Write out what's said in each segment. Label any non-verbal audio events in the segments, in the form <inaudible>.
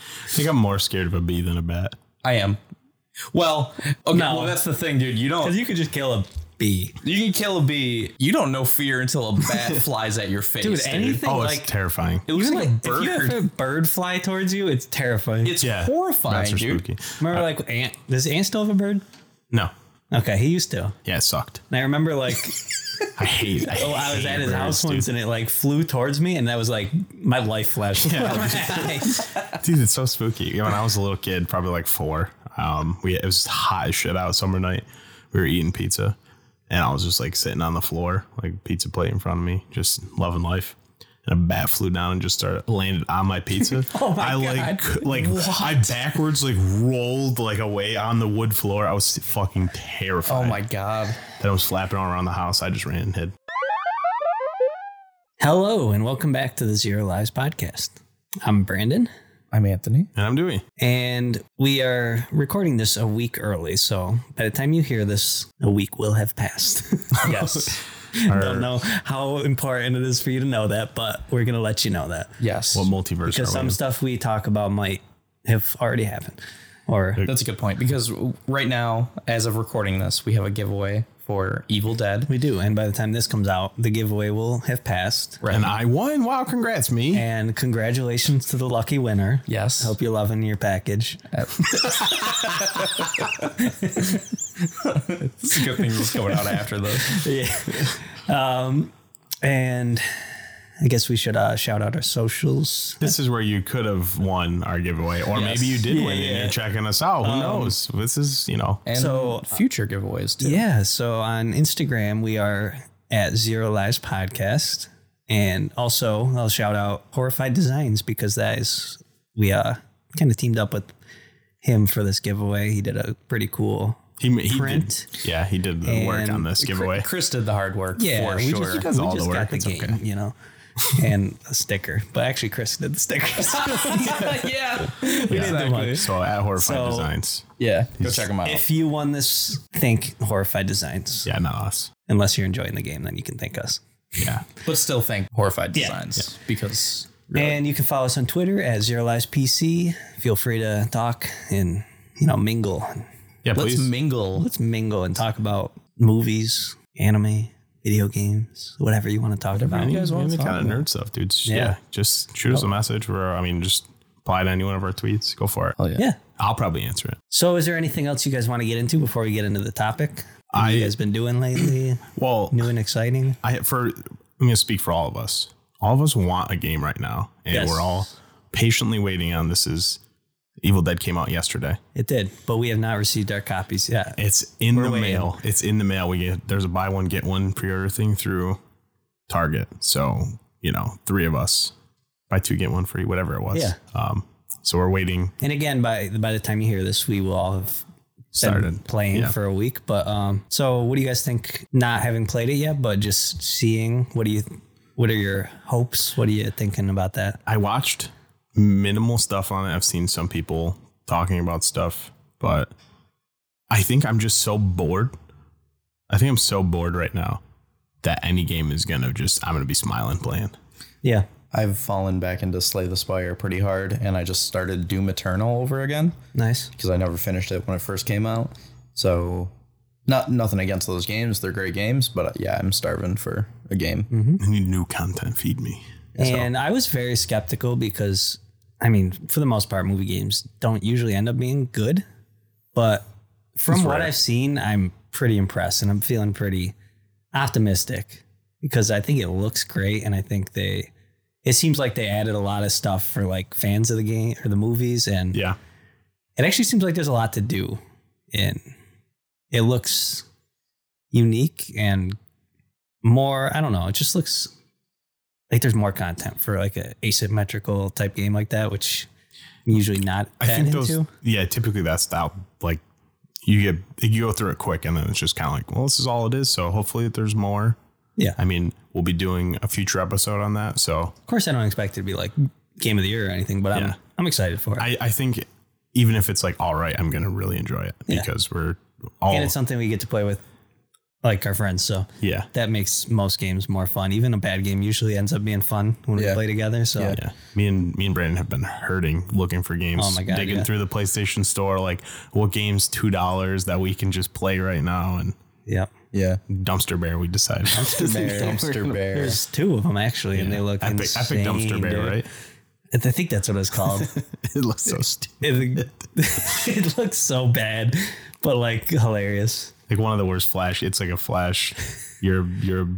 think I'm more scared of a bee than a bat. I am. Well, okay, No. well that's the thing, dude. You don't Because you could just kill a bee. you can kill a bee. You don't know fear until a bat <laughs> flies at your face. Dude, anything Oh, like it's terrifying. It looks even like, like a if you have bird. a bird fly towards you, it's terrifying. It's Yeah, horrifying, bats are dude. spooky. remember like ant. Does ant still have a bird? No, Okay, he used to. yeah, it sucked. And I <laughs> remember like I hate. I <laughs> oh, I was hate at his birds, house dude. once and it like flew towards me, and that was like my life flashed. before my eyes. Dude, it's so spooky. You know, When I was a little kid, probably like four, um, we it was hot as shit out summer night. We were eating pizza, and I was just like sitting on the floor, like pizza plate in front of me, just loving life. And a bat flew down and just started landed on my pizza. <laughs> Oh my I like God. like I backwards like rolled like away on the wood floor. I was fucking terrified. Oh my god. Then I was flapping all around the house. I just ran and hid. <laughs> Hello, and welcome back to the Zero Lives podcast. I'm Brandon, I'm Anthony. And I'm doing. and we are recording this a week early. So by the time you hear this, a week will have passed. <laughs> Yes. I don't know how important it is for you to know that, but we're gonna let you know that yes. What multiverse because are we some in? stuff we talk about might have already happened. Or That's a good point because right now, as of recording this, we have a giveaway for Evil Dead. we do, and by the time this comes out, the giveaway will have passed. And I won. Wow, congrats, me. And congratulations to the lucky winner. Yes. Hope you're loving your package. <laughs> It's a good thing that's going out after this. yeah. Um, and I guess we should uh, shout out our socials. This is where you could have won our giveaway, or Yes. maybe you did Yeah, win and yeah. Um, you're checking us out. Who knows? This is, you know, And So- future giveaways too. Yeah. So on Instagram, we are at Zero Lives Podcast. And also, I'll shout out Horrified Designs because that is, we uh, kind of teamed up with him for this giveaway. He did a pretty cool he, he print. Did, yeah, he did the work And on this giveaway. Chris did the hard work Yeah, for we sure. just, does we all the just work, got the it's game, okay. you know, and a sticker. But actually, Chris did the stickers. yeah. Yeah. Exactly. So at Horrified So- Designs. Yeah. Go check them out. if you won this, thank Horrified Designs. Yeah, not us. Unless you're enjoying the game, then you can thank us. Yeah. but still thank Horrified Yeah. Designs because And you can follow us on Twitter at Zero Lives PC. Feel free to talk and you know mingle. Yeah, let's please. mingle. Let's mingle and talk about movies, anime, video games, whatever you want to talk about. Any, guys want any to talk kind of about? nerd stuff, dude. Just- Yeah. Yeah. Just shoot us a message or, I mean, just apply to any one of our tweets. Go for it. Yeah. I'll probably answer it. So, is there anything else you guys want to get into before we get into the topic? What I- you guys been doing lately? Well, New and exciting. I for I'm gonna speak for all of us. All of us want a game right now, and Yes. we're all patiently waiting on this. Is Evil Dead came out yesterday? It did, but we have not received our copies yet. It's in the waiting. mail. It's in the mail. We get there's a buy one get one pre-order thing through Target. So you know, three of us buy two get one free, whatever it was. Yeah. Um, so we're waiting. And again, by by the time you hear this, we will all have started Started. playing Yeah. for a week. But um, so what do you guys think? Not having played it yet, but just seeing. What do you? What are your hopes? What are you thinking about that? I watched minimal stuff on it. I've seen some people talking about stuff, but I think I'm just so bored. I think I'm so bored right now that any game is gonna just I'm gonna be smiling playing. Yeah, I've fallen back into Slay the Spire pretty hard, and I just started Doom Eternal over again nice. because I never finished it when it first came out. So, not nothing against those games; they're great games, but uh, yeah, I'm starving for a game. Mm-hmm. I need new content. Feed me. And I was very skeptical because, I mean, for the most part, movie games don't usually end up being good. But from It's what rare. I've seen, I'm pretty impressed and I'm feeling pretty optimistic because I think it looks great. And I think they, it seems like they added a lot of stuff for like fans of the game or the movies. And Yeah, it actually seems like there's a lot to do. And it looks unique and more, I don't know, it just looks like there's more content for like a asymmetrical type game like that, which I'm usually not I that think into. those. Yeah, typically that's that. Like you get you go through it quick, and then it's just kind of like, well, this is all it is. So hopefully there's more. Yeah. I mean, we'll be doing a future episode on that. So Of course I don't expect it to be like game of the year or anything, but I'm Yeah. I'm excited for it. I, I think even if it's like all right, I'm gonna really enjoy it Yeah. because we're all and it's something we get to play with like our friends. So Yeah. that makes most games more fun. Even a bad game usually ends up being fun when we Yeah. play together. So Yeah. Yeah. Me and me and Brandon have been hurting looking for games. Oh my God, Digging yeah. through the PlayStation store, like what games two dollars that we can just play right now and yeah. Yeah. <laughs> dumpster bear we decided. Dumpster bear. Dumpster bear. There's two of them actually, and they look epic, insane. epic dumpster bear, dude. right? <laughs> I th- I think that's what it's called. It looks so stupid. <laughs> it, <laughs> it looks so bad, but like hilarious. Like one of the worst flash. It's like a flash. You're you're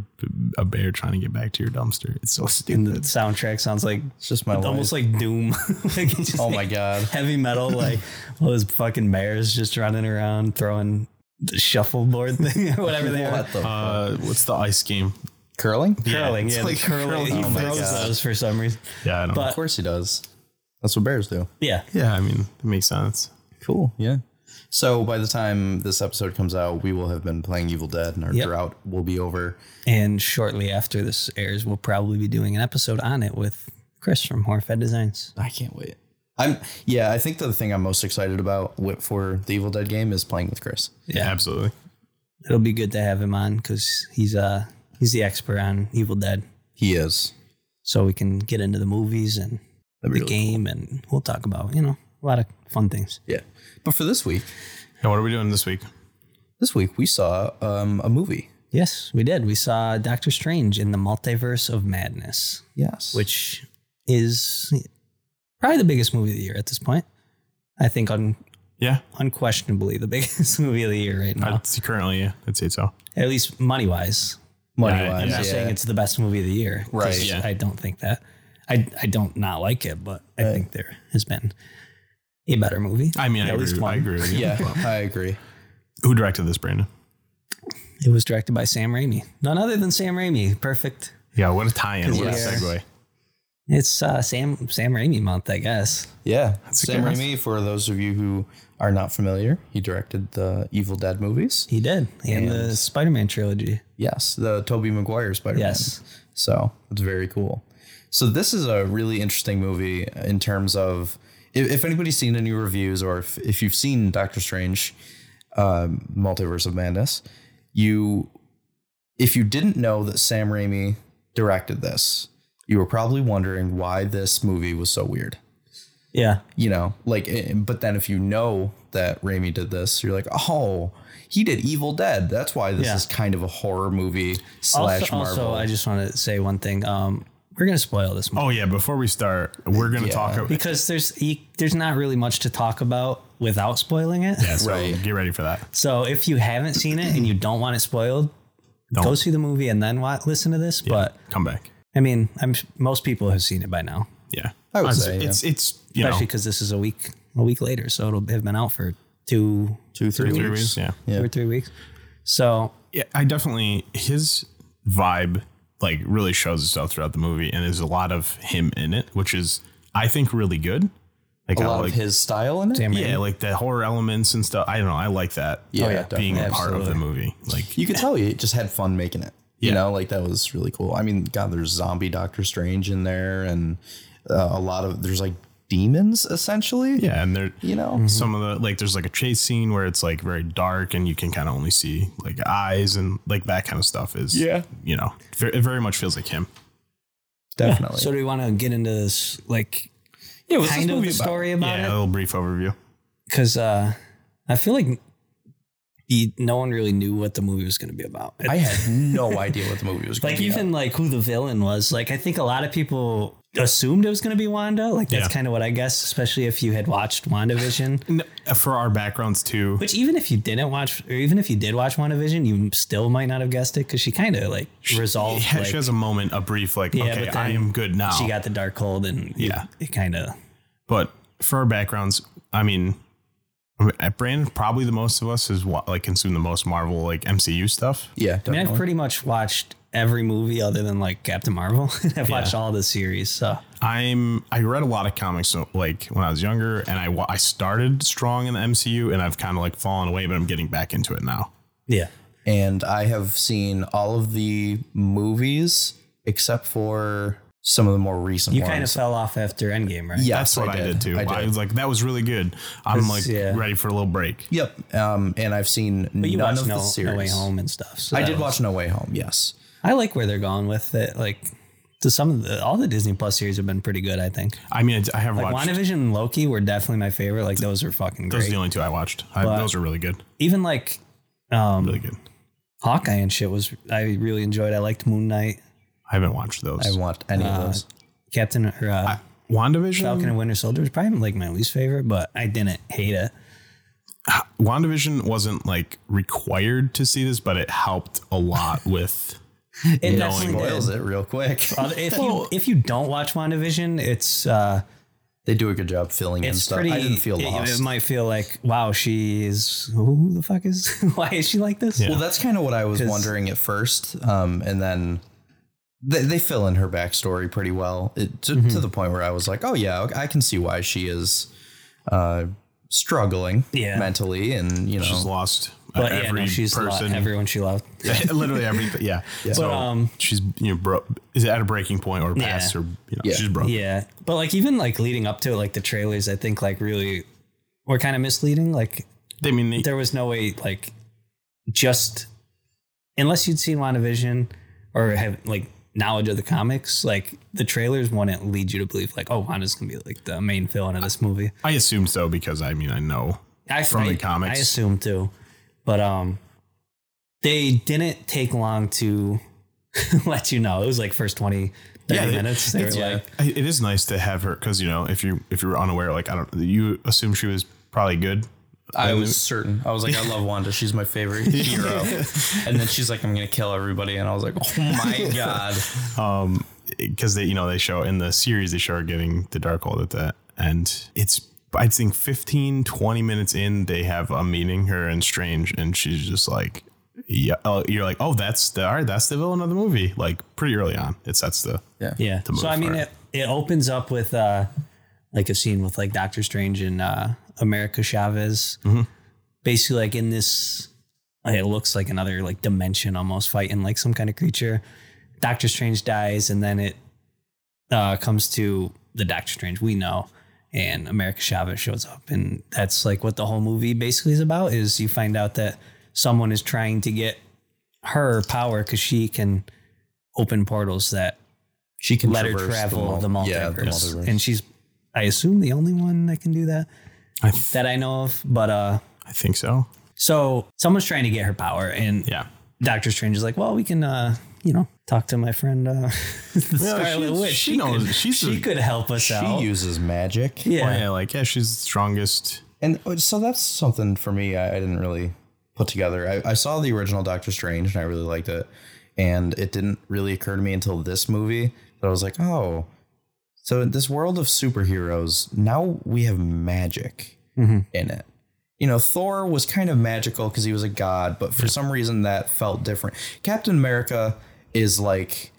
a bear trying to get back to your dumpster. It's so And the stupid. soundtrack sounds like It's just my almost life. like Doom. <laughs> like it's just oh my god. heavy metal, like all those fucking bears just running around throwing the shuffleboard thing or whatever they are. What the Uh, what's the ice game? curling? curling, it's yeah, like like curling. curling. He Oh my throws God. those for some reason. Yeah, I don't. But- Of course he does. That's what bears do. Yeah, yeah, I mean, it makes sense. Cool. Yeah. So by the time this episode comes out, we will have been playing Evil Dead and our Yep. drought will be over. and shortly after this airs, we'll probably be doing an episode on it with Chris from Horfed Designs. I can't wait. I'm yeah, I think the thing I'm most excited about wi- for the Evil Dead game is playing with Chris. Yeah, absolutely. It'll be good to have him on because he's uh he's the expert on Evil Dead, He is. so we can get into the movies and That'd be the really game, and we'll talk about you know a lot of fun things. Yeah. But for this week, And what are we doing this week? this week we saw um, a movie. Yes, we did. We saw Doctor Strange in the Multiverse of Madness, Yes. Which which is probably the biggest movie of the year at this point. I think un- Yeah, unquestionably the <laughs> biggest movie of the year right now, I'd say currently, yeah, I'd say so. at least money wise. money Yeah, wise. I'm I'm not saying it's the best movie of the year. 'cause Right. Yeah. I don't think that. I, I don't not like it, but I Right. think there has been a better movie. I mean, At I, least agree, one. I agree with you. yeah, I agree. Who directed this, Brandon? It was directed by Sam Raimi. None other than Sam Raimi. Perfect. Yeah, what a tie-in. What a Yeah. segue. It's uh, Sam Sam Raimi month, I guess. Yeah. a Sam good- Raimi, for those of you who are not familiar, he directed the Evil Dead movies. He did. And, the Spider Man trilogy. Yes, the Toby Maguire Spider-Man. Yes. So it's very cool. So this is a really interesting movie in terms of if, if anybody's seen any reviews or if, if you've seen Doctor Strange, um, Multiverse of Madness, you if you didn't know that Sam Raimi directed this, you were probably wondering why this movie was so weird. Yeah. You know, like, eh, but then if you know that Raimi did this, you're like, oh, he did Evil Dead. That's why this Yeah. is kind of a horror movie slash also, Marvel. also, I just want to say one thing. Um, we're gonna spoil this movie Oh yeah, before we start, we're gonna Yeah. talk. About, because there's e- there's not really much to talk about without spoiling it. yeah, so Right. get ready for that. So if you haven't seen it and you don't want it spoiled, Don't. go see the movie and then wa listen to this. But Come back. I mean, I'm most people have seen it by now, Yeah, I would it's, say, yeah. it's it's you know especially because this is a week a week later, so it'll have been out for two, two, three, three weeks. weeks. Yeah, two or three weeks. So yeah, I definitely his vibe like really shows itself throughout the movie, and there's a lot of him in it, which is I think really good. Like A I lot like of his style in it. Sam yeah, Raimi- like the horror elements and stuff. I don't know. I like that. Yeah, like, definitely. being a part of the movie. Like You could tell he just had fun making it. You Yeah. know, like that was really cool. I mean, God, there's zombie Doctor Strange in there, and uh, a lot of there's like demons essentially. yeah, and there You know, Mm-hmm. some of the like there's like a chase scene where it's like very dark and you can kind of only see like eyes and like that kind of stuff is Yeah. you know ver- it very much feels like him definitely. So do we want to get into this like yeah, what's kind this of movie the about? story about yeah a it? little brief overview Because uh, I feel like he, no one really knew what the movie was going to be about. I had no idea what the movie was. gonna <laughs> like be even like who the villain was like i think a lot of people assumed it was going to be wanda like that's Yeah. kind of what i guess especially if you had watched wandavision And for our backgrounds too which even if you didn't watch or even if you did watch wandavision you still might not have guessed it because she kind of like resolved yeah, like, she has a moment a brief like Yeah, okay but i then am good now she got the dark hold and Yeah. it, kind of but for our backgrounds i mean I mean, at Brandon, probably the most of us is what like consume the most Marvel like MCU stuff. yeah, i mean definitely. i've pretty much watched every movie other than like captain marvel <laughs> and i've watched all the series so I'm I read a lot of comics so, like when I was younger, and I wa- I started strong in the MCU, and I've kind of like fallen away, but I'm getting back into it now. yeah and I have seen all of the movies except for some of the more recent You ones. kind of fell off after Endgame, right? Yeah. That's Yes, what I I did, did. too. I I, did. was like, that was really good. I'm like That's- yeah. ready for a little break. Yep. Um, and I've seen But you none watched of no, the no series. Way Home and stuff. So I that did was- watch No Way Home. Yes. I like where they're going with it. Like to some of the all the Disney Plus series have been pretty good. I think I mean, I, I have like watched. WandaVision and Loki were definitely my favorite. Like those are fucking those great. are the only two I watched. I, But- those are really good. Even like um, Really good. Hawkeye and shit was I really enjoyed. I liked Moon Knight, I haven't watched those. I haven't watched any Uh, of those. Captain or uh, WandaVision? Falcon and Winter Soldier is probably like my least favorite, but I didn't hate it. WandaVision wasn't like required to see this, but it helped a lot <laughs> with. It No definitely one Spoils did. it real quick. Other- If you Well- if you don't watch WandaVision, it's uh, They do a good job filling in it's stuff. pretty. I didn't feel it- lost. It, might feel like wow, she is who the fuck is <laughs> why is she like this? Well, that's kind of what I was 'Cause- wondering at first, um, and then they, they fill in her backstory pretty well it, to, Mm-hmm. to the point where I was like, "Oh yeah, I can see why she is uh, struggling Yeah. mentally," and you know, She's lost Uh, Oh. But yeah, every no, she's lo- person. everyone she loved. <laughs> Literally everything. <laughs> Yeah. So But, um, she's you know broke. Is it at a breaking point or Yeah. past or you know Yeah. she's broke. Yeah, but like even like leading up to it, like the trailers, I think like really were kind of misleading. Like I mean, they- <laughs> there was no way like just unless you'd seen WandaVision or have like knowledge of the comics, like the trailers wouldn't lead you to believe like oh Wanda's gonna be like the main villain of this movie. I assumed so because I mean I know I, From the I- comics. I assume too, but um, they didn't take long to <laughs> let you know. It was like first 20, 30 they- minutes. They were it's- like, I- it is nice to have her because you know if you if you were unaware, like I don't, you assume she was probably good. I was certain. I was like, "I love Wanda. She's my <laughs> favorite hero," and then she's like, "I'm gonna kill everybody," and I was like, "Oh <laughs> my god!" um, because they you know they show in the series they show her getting the dark hold at the end it's i think 15 20 minutes in they have a meeting her and strange and she's just like yeah oh, you're like oh that's the all right, that's the villain of the movie like pretty early on it's that's the Yeah. yeah. move So I mean, forward. it, it opens up with uh, like a scene with like Doctor Strange and uh, America Chavez, Mm-hmm. basically like in this. like, It looks like another like dimension almost fighting like some kind of creature. Doctor Strange dies, and then it uh, comes to the Doctor Strange we know, and America Chavez shows up, and that's like what the whole movie basically is about. Is you find out that someone is trying to get her power because she can open portals that She can let her traverse travel the, mul- multiverse. yeah, the multiverse. and she's I assume the only one that can do that i, th- that I know of. But uh, I think so so someone's trying to get her power, and yeah Doctor Strange is like, well, we can, uh, you know, talk to my friend uh, <laughs> Scarlet she's- Witch. she knows- could, she's she a- could help us out. She uses magic. yeah. yeah, yeah like yeah she's the strongest And uh, so that's something for me I, I didn't really put together. I, I saw the original Doctor Strange and I really liked it. And it didn't really occur to me until this movie that I was like, oh, so in this world of superheroes, now we have magic in it. You know, Thor was kind of magical because he was a god, but for some reason that felt different. Captain America is like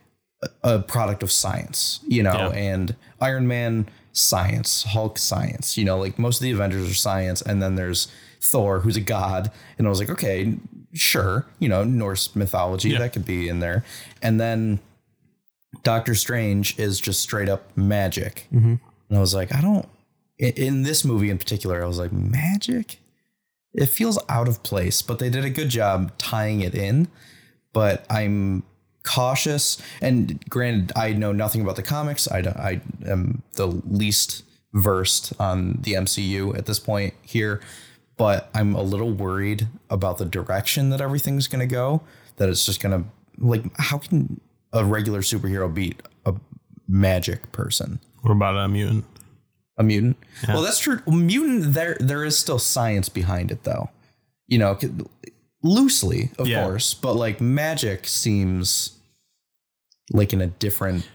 a product of science, you know, Yeah. and Iron Man science, Hulk science, you know, like most of the Avengers are science, and then there's Thor, who's a god, and I was like, okay, sure, you know, Norse mythology that could be in there, and then Doctor Strange is just straight up magic, and I was like, I don't. In, in this movie in particular, I was like, magic. It feels out of place, but they did a good job tying it in but I'm cautious. And granted, I know nothing about the comics. I, don't- I am the least versed on the MCU at this point here, but I'm a little worried about the direction that everything's going to go. That it's just going to, like, how can a regular superhero beat a magic person? what about a mutant a mutant. Well, that's true. Mutant. There, there is still science behind it, though. You know, c- loosely, of Yeah. course, but like magic seems like in a different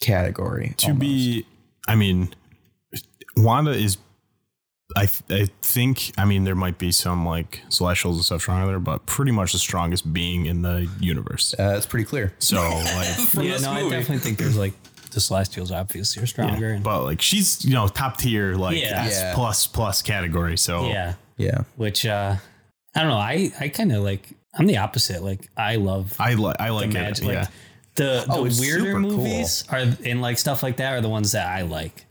category. to be i mean wanda is I, th- I think i mean there might be some like celestials and stuff stronger there but pretty much the strongest being in the universe Uh, that's pretty clear. <laughs> so like yeah, no, I definitely think there's like the Celestials obviously are stronger. and, but like she's you know top tier like Yeah. S Yeah. plus plus category so yeah. Yeah, Which uh, I don't know. I I kind of like. I'm the opposite. Like I love i like i like it magic. Like, yeah the, the Oh, it's weirder super cool. movies are and like stuff like that are the ones that I like.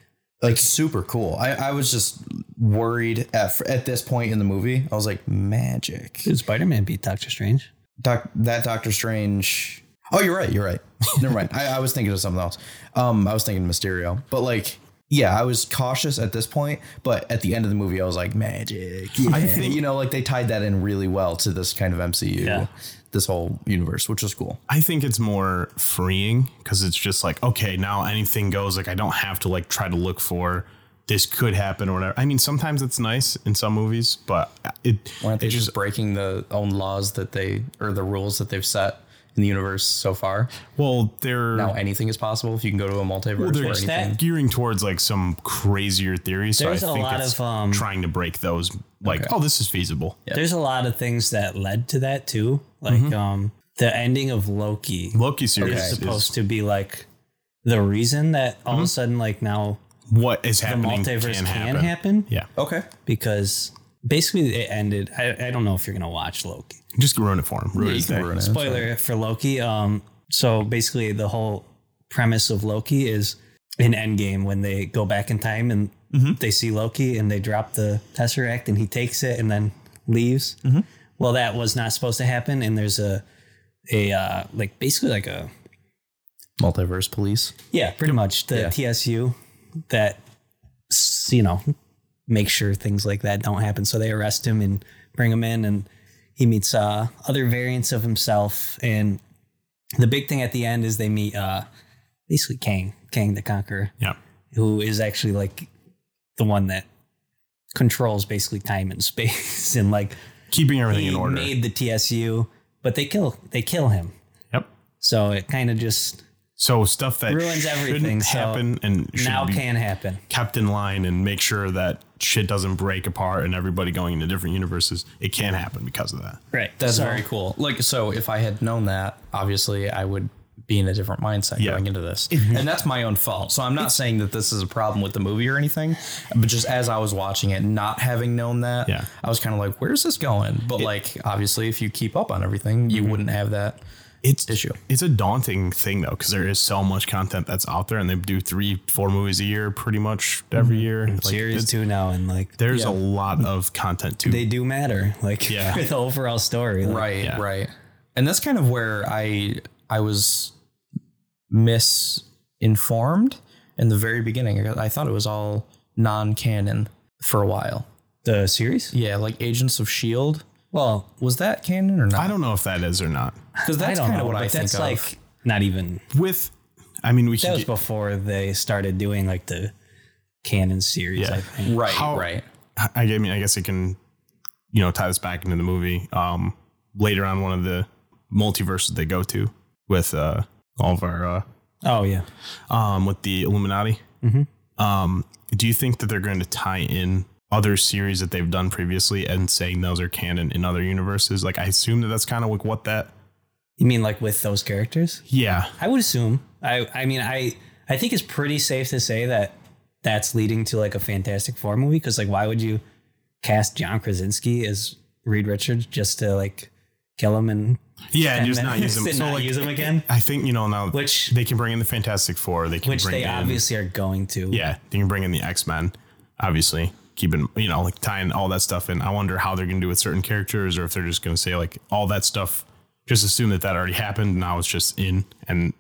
Like super cool. I, I was just worried at, at this point in the movie. I was like, magic. Dude, Spider Man beat Doctor Strange. Doc, that Doctor Strange. Oh, you're right. You're right. <laughs> Never mind. I, I was thinking of something else. Um, I was thinking Mysterio, but like, yeah, I was cautious at this point, but at the end of the movie, I was like, magic. Yeah. I think- you know, like they tied that in really well to this kind of MCU, Yeah. this whole universe, which was cool. I think it's more freeing because it's just like, okay, now anything goes. Like, I don't have to like try to look for this could happen or whatever. I mean, sometimes it's nice in some movies, but uh, it, Why aren't they it just, just, breaking the own laws that they or the rules that they've set in the universe so far? well, they're Now anything is possible if you can go to a multiverse well, or they're anything. that- gearing towards like some crazier theories. So I There's a think lot it's of, um, trying to break those. Like, Okay. oh, this is feasible. Yeah. There's a lot of things that led to that too. Like um the ending of Loki Loki series is is supposed to be like the reason that all of a sudden like now what is the happening can, multiverse can happen. happen, Yeah, Okay. because basically it ended I, I don't know if you're gonna watch Loki. just ruin it for him. Ruin You his can day. ruin it. That's fine. spoiler for Loki. Um, so basically, the whole premise of Loki is in Endgame when they go back in time and they see Loki and they drop the Tesseract and he takes it and then leaves. Well, that was not supposed to happen, and there's a a uh, like basically like a Multiverse police. yeah, pretty much the Yeah. TSU that s- you know make sure things like that don't happen. So they arrest him and bring him in, and he meets uh, other variants of himself. And the big thing at the end is they meet uh, basically Kang, Kang the Conqueror, Yeah. who is actually like the one that controls basically time and <laughs> space, and like Keeping everything he in order. made the TSU, but they kill they kill him. yep. So it kind of just So stuff that Ruins shouldn't everything, so happen and should now be can happen. kept in line and make sure that shit doesn't break apart and everybody going into different universes. It can happen because of that. Right. That's So- very cool. Like, so if I had known that, obviously I would be in a different mindset Yeah. going into <laughs> this. and that's my own fault. So I'm not saying that this is a problem with the movie or anything, but just as I was watching it, not having known that, Yeah. I was kind of like, where's this going? But like, obviously, if you keep up on everything, Mm-hmm. you wouldn't have that. It's Issue. It's a daunting thing though, because there is so much content that's out there, and they do three, four movies a year, pretty much every year. Like, Mm-hmm. series it's- two now, and like There's Yeah. a lot of content too. they do matter, like <laughs> Yeah. for the overall story. Like, Right, Yeah. right. And that's kind of where I I was misinformed in the very beginning. I I thought it was all non-canon for a while. The series? Yeah, like Agents of Shield. Well, E Was that canon or I not? don't know if that is or not. Because that's I don't kind know of what but I think that's of. like not even. With, I mean, we That can was get, before they started doing like the canon series. Yeah. I think. right, how- right. I I mean, I guess it can, you know, tie this back into the movie. Um, later on, one of the multiverses they go to with uh, all of our uh, Oh yeah. um, with the Illuminati. Mm-hmm. Um, do you think that they're going to tie in other series that they've done previously and saying those are canon in other universes? Like, I assume that that's kind of like what that. You mean like with those characters? Yeah, I would assume. I I mean I I think it's pretty safe to say that that's leading to like a Fantastic Four movie because like why would you cast John Krasinski as Reed Richards just to like kill him and yeah, and And just then not <laughs> use them. just not like, use them again? I think you know now. Which- they can bring in the Fantastic Four. They can which bring they in, obviously are going to. Yeah, they can bring in the X Men. Obviously, keeping you know like tying all that stuff in. I wonder how they're going to do with certain characters, or if they're just going to say like all that stuff. Just assume that that already happened. Now it's just in, and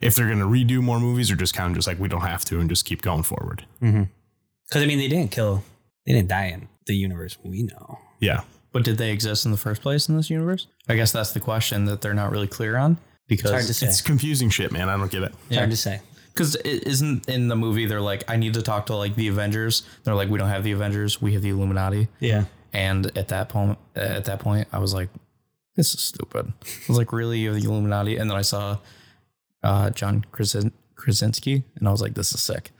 if they're going to redo more movies, or just kind of just like we don't have to, and just keep going forward. Because I mean, they didn't kill, they didn't die in the universe we know. Yeah, But did they exist in the first place in this universe? I guess that's the question that they're not really clear on It's hard to because say. it's It's confusing shit, man. I don't get it. yeah. hard to say. because it isn't in the movie. They're like, I need to talk to like the Avengers. They're like, we don't have the Avengers. We have the Illuminati. Yeah. And at that point, at that point, I was like, this is stupid. I was like, really, you have the Illuminati? And then I saw uh, John Krasin- Krasinski, and I was like, this is sick.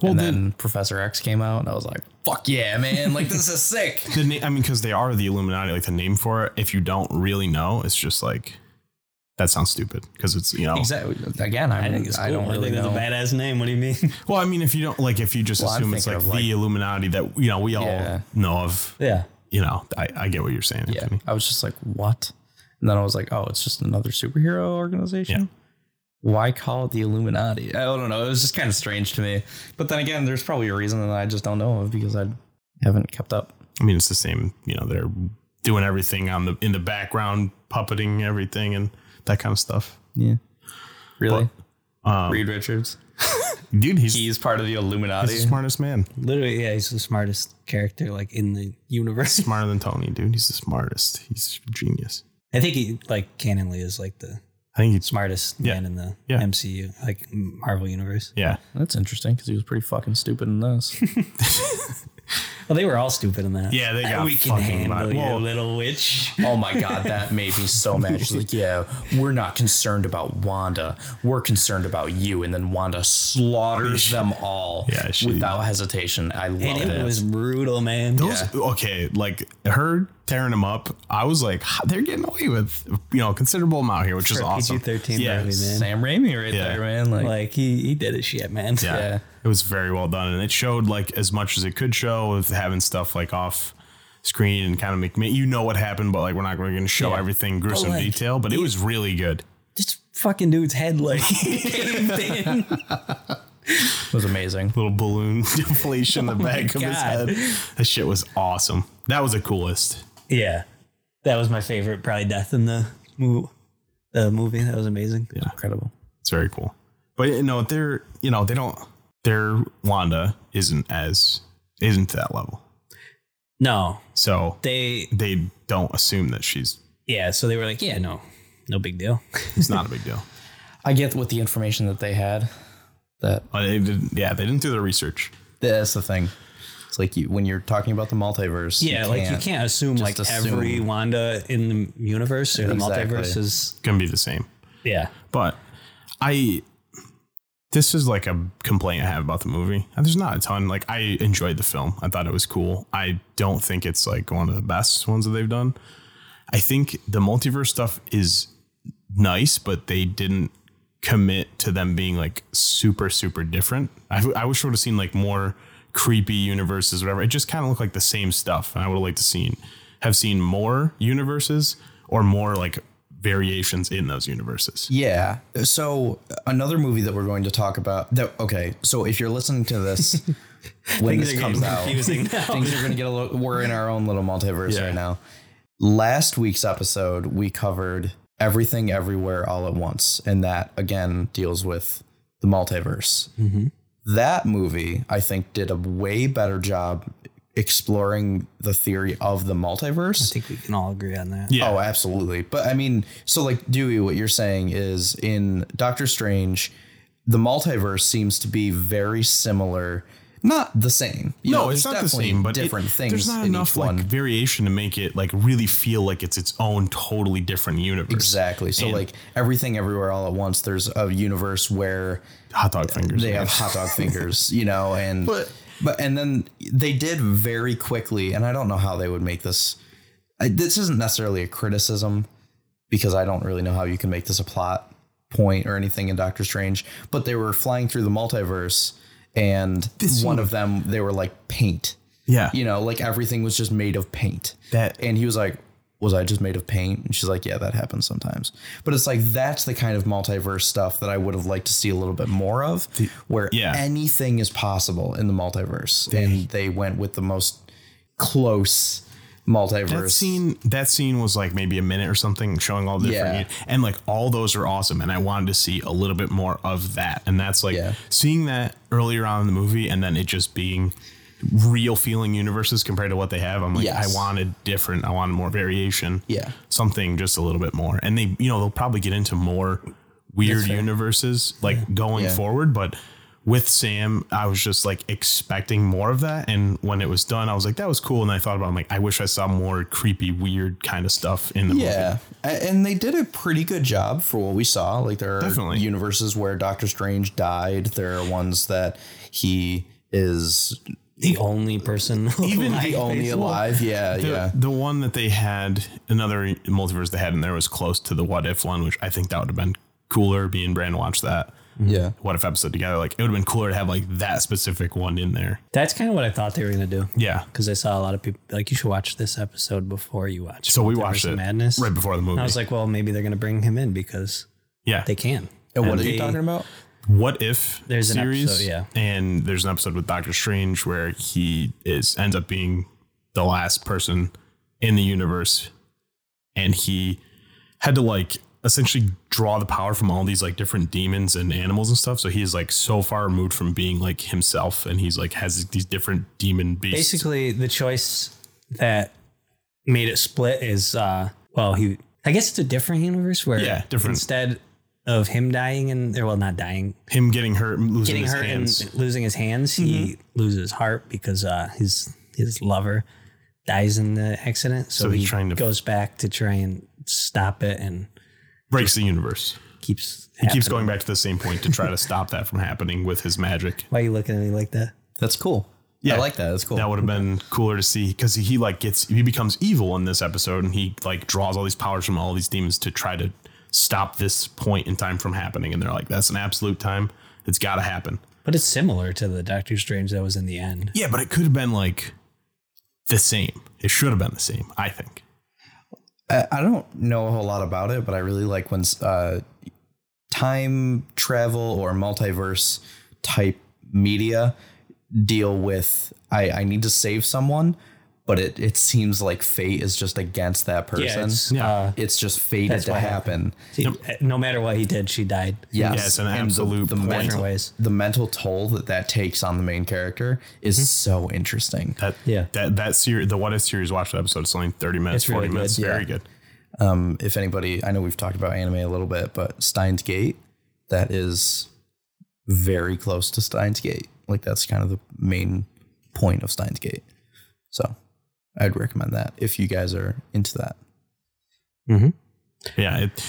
Well, and the- then Professor X came out, and I was like, fuck yeah, man! Like this is sick. The na- I mean, because they are the Illuminati, like the name for it. If you don't really know, it's just like that sounds stupid because it's you know. Exactly. Again, I, Oh. I think it's cool. I don't really think know. that's a badass name. What do <laughs> you mean? Well, I mean, if you don't like, if you just Well, I'm assume it's like, thinking of, the like- Illuminati that you know we all Yeah. know of, yeah. you know, I, I get what you're saying, Yeah, Anthony. I was just like, what? And then I was like, oh, it's just another superhero organization. why call it the Illuminati? I don't know. It was just kind of strange to me. But then again, there's probably a reason that I just don't know of because I haven't kept up. I mean, it's the same. You know, they're doing everything on the in the background, puppeting everything and that kind of stuff. Yeah. Really? Um, Reed Richards? dude, he's, he's He's part of the Illuminati. the smartest man. Literally, yeah, he's the smartest character like in the universe. Smarter than Tony, dude. He's the smartest. He's genius. I think he like canonly is like the I think he's smartest Yeah. man in the Yeah. MCU, like Marvel universe. yeah. That's interesting because he was pretty fucking stupid in <laughs> this. Well, they were all stupid in that. Yeah, they got we can fucking handle wild. you, Whoa. little <laughs> witch. oh my god, that made me so mad. She's like, "Yeah, we're not concerned about Wanda. We're concerned about you." And then Wanda slaughters them all Yeah, she- without hesitation. I love And it. it was brutal, man. Those okay, like her tearing him up. I was like, "Ha- they're getting away with you know a considerable amount here, which is For a awesome. PG-13 yeah, movie, man. Sam Raimi right Yeah. there, man. Like, Like he he did his shit, man. yeah, Yeah. it was very well done, and it showed like as much as it could show of having stuff like off screen and kind of make you know what happened, but like we're not going to show Yeah. Oh, everything gruesome like, detail. But it was really good. This fucking dude's head <laughs> like caved in. it was amazing. Little balloon <laughs> deflation in the back of his Oh God. head. That shit was awesome. That was the coolest. Yeah, that was my favorite, probably death in the movie. The movie that was amazing. Yeah, Incredible. It's very cool. But you know, they're you know they don't their Wanda isn't as isn't to that level. no, So they they don't assume that she's yeah. So they were like, yeah, no, no big deal. <laughs> it's not a big deal. I get with the information that they had. That But they didn't, yeah, they didn't do their research. that's the thing. It's like you when you're talking about the multiverse. Yeah, like you can't assume Just like assume. every Wanda in the universe or the Exactly. multiverse is Gonna be the same. yeah. But I this is like a complaint I have about the movie. And There's not a ton. Like I enjoyed the film. I thought it was cool. I don't think it's like one of the best ones that they've done. I think the multiverse stuff is nice, but they didn't commit to them being like super super different. I, I wish we would have seen like more creepy universes, whatever. It just kind of looked like the same stuff, and I would have liked to seen have seen more universes or more like variations in those universes. Yeah. So another movie that we're going to talk about. That okay. So if you're listening to this when this getting comes out, <laughs> confusing now. things are going to get a little. We're in our own little multiverse Yeah. right now. Last week's episode, we covered everything, everywhere, all at once, and that again deals with the multiverse. That movie, I think, did a way better job exploring the theory of the multiverse. I think we can all agree on that. Yeah. Oh, absolutely. But I mean, so like Dewey, what you're saying is in Doctor Strange, the multiverse seems to be very similar, not the same. You no, know, it's there's not the definitely same, but it- different things. There's not in enough each like one. variation to make it like really feel like it's its own totally different universe. exactly. So and- like everything, everywhere, all at once. There's a universe where Hot dog fingers. they man. have hot dog fingers, you know, and But- but, and then they did very quickly, and I don't know how they would make this. I, this isn't necessarily a criticism because I don't really know how you can make this a plot point or anything in Doctor Strange, but they were flying through the multiverse, and one of them they were like paint, yeah. you know, like everything was just made of paint. That- and he was like. Was I just made of paint? And she's like, Yeah, that happens sometimes. But it's like that's the kind of multiverse stuff that I would have liked to see a little bit more of, where Yeah. anything is possible in the multiverse. and they went with the most close multiverse. That scene, that scene was like maybe a minute or something, showing all the different, Yeah. uni- and like all those are awesome. And I wanted to see a little bit more of that. And that's like Yeah. seeing that earlier on in the movie, and then it just being real feeling universes compared to what they have. I'm like, I Yes. wanted different. I wanted more variation. Yeah. something just a little bit more. And they, you know, they'll probably get into more weird universes like going Yeah. forward, but. With Sam, I was just like expecting more of that. And when it was done, I was like, that was cool. And I thought about it, I'm like, I wish I saw more creepy, weird kind of stuff in the Yeah. A- And they did a pretty good job for what we saw. Like there are Definitely. universes where Doctor Strange died. There are ones that he is The only person, Even the the alive, only basically. alive. Yeah, movie. The, yeah. the one that they had, another multiverse they had in there was close to the what if one, which I think that would have been cooler. Me and Brand watched that Yeah. what if episode together. Like, it would have been cooler to have like that specific one in there. That's kind of what I thought they were gonna do Yeah. because I saw a lot of people like you should watch this episode before you watch. So we Multiverse watched of it Madness. right before the movie. I was like, well, maybe they're gonna bring him in because yeah. they can. And what And are you they- talking about? What if There's an series, episode, yeah. and there's an episode with Doctor Strange where he is ends up being the last person in the universe, and he had to like essentially draw the power from all these like different demons and animals and stuff. So he is like so far removed from being like himself, and he's like has these different demon beasts. Basically, the choice that made it split is uh, well, he. I guess it's a different universe where Yeah, different. Instead of him dying and or well, not dying, him getting hurt, and losing getting his hurt hands. Mm-hmm. and losing his hands, he loses his heart because uh, his his lover dies in the accident. So, So he's he trying to- goes back to try and stop it and breaks the universe. keeps. He keeps going back to the same point to try to stop that from happening with his magic. Why are you looking at me like that? That's cool. Yeah. I like that. That's cool. That would have been cooler to see because he like gets he becomes evil in this episode and he like draws all these powers from all these demons to try to stop this point in time from happening. And they're like, that's an absolute time. It's got to happen. But it's similar to the Doctor Strange that was in the end. Yeah, but it could have been like the same. It should have been the same. I think. I, I don't know a whole lot about it, but I really like when uh, time travel or multiverse type media deal with I, I need to save someone, but it, it seems like fate is just against that person. it's, it's, Yeah. uh, just fated That's to what happen. he- no matter what he did, she died. Yes. Yeah, it's an And the- absolute the, point. mental, Different ways. the mental toll that that takes on the main character is so interesting. That Yeah. That that series, the What If series, watch that episode. It's only thirty minutes, It's really forty good, minutes. yeah. Very good. Um, if anybody, I know we've talked about anime a little bit, but Steins Gate, that is very close to Steins Gate. Like that's kind of the main point of Steins Gate. So I'd recommend that if you guys are into that. Yeah, it,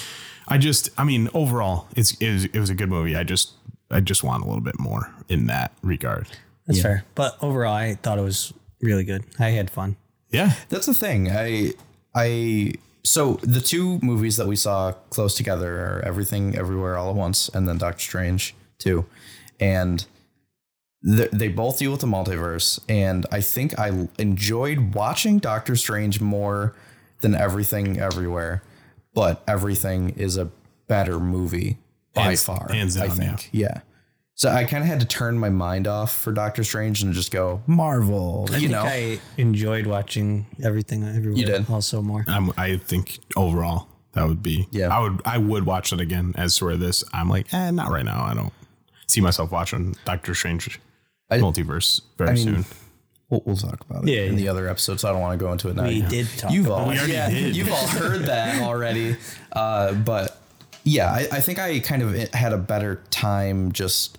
I just, I mean, overall, it's it was, it was a good movie. I just, I just want a little bit more in that regard. That's Yeah. fair. But overall, I thought it was really good. I had fun. Yeah, That's the thing. I I so the two movies that we saw close together are Everything Everywhere All at Once and then Doctor Strange too. And th- they both deal with the multiverse and I think I enjoyed watching Doctor Strange more than Everything Everywhere, but Everything is a better movie by Hands- far. hands I down, yeah. think. Yeah. So I kind of had to turn my mind off for Doctor Strange and just go Marvel, I you think know. I enjoyed watching everything everywhere. You did. Uh, also more. I'm, I think overall that would be. Yeah. I would, I would watch it again. As for this, I'm like, eh, not right now. I don't see myself watching Doctor Strange I- multiverse very mean, soon. We'll, we'll talk about it Yeah, in yeah. the other episode, so I don't want to go into it now. We did talk You've about all, We already yeah, did. you've all heard that already. Uh, but yeah, I, I think I kind of had a better time just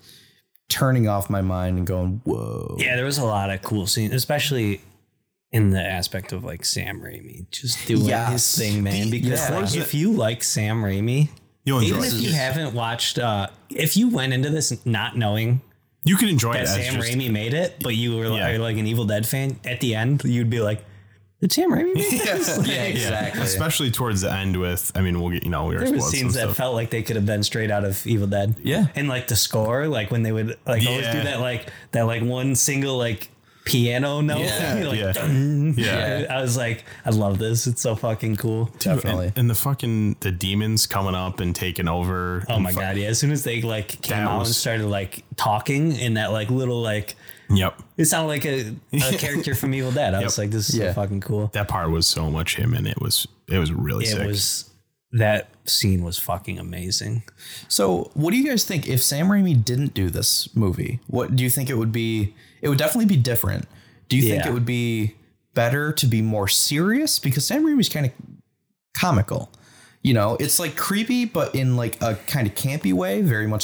turning off my mind and going, whoa. Yeah, there was a lot of cool scenes, especially in the aspect of like Sam Raimi just doing Yes. his thing, man. Because Yeah. like, if you like Sam Raimi, You'll enjoy even it. if you haven't watched, uh, if you went into this not knowing You can enjoy it. that As Sam just, Raimi made it, but you were Yeah. like, like an Evil Dead fan, at the end you'd be like, "Did Sam <laughs> Raimi make this?" Like, Yeah, exactly. Especially towards the end with, I mean, we'll get, you know, we were There were spoiled some scenes that stuff. felt like they could have been straight out of Evil Dead. Yeah. And like the score, like when they would like always do Yeah. that like that like one single like piano note. Yeah. <laughs> Like, Yeah. dun. Yeah. I was like, I love this. It's so fucking cool. Definitely. And, and the fucking, the demons coming up and taking over. Oh my god, yeah. As soon as they like came That out and was- <laughs> uh, conform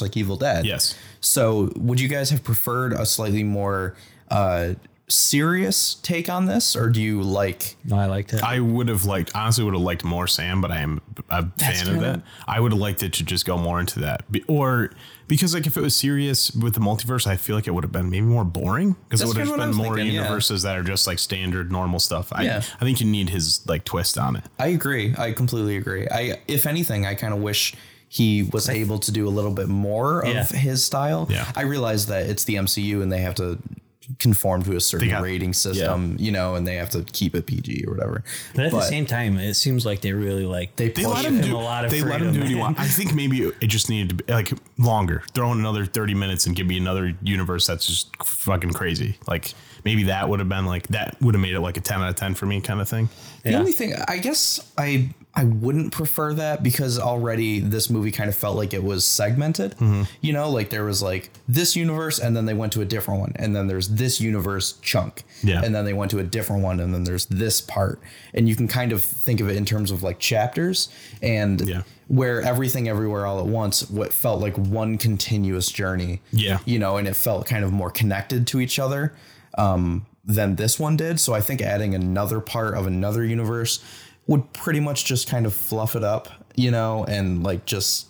to a certain got- rating system, you know, and they have to keep it PG or whatever. But at the But- same time, it seems like they really like They, They push let it. him him do. a lot of they let him do freedom, what he man. wants. I think maybe it just needed to be like longer. Throw in another thirty minutes and give me another universe that's just fucking crazy. Like maybe that would have been like that would have made it like a ten out of ten for me kind of thing. The only thing I guess I I wouldn't prefer that because already this movie kind of felt like it was segmented. Mm-hmm. You know, like there was like this universe and then they went to a different one and then there's this universe chunk. Yeah. And then they went to a different one and then there's this part. And you can kind of think of it in terms of like chapters and Yeah. where everything everywhere all at once what felt like one continuous journey Yeah. you know and it felt kind of more connected to each other um, than this one did so i think adding another part of another universe would pretty much just kind of fluff it up you know and like just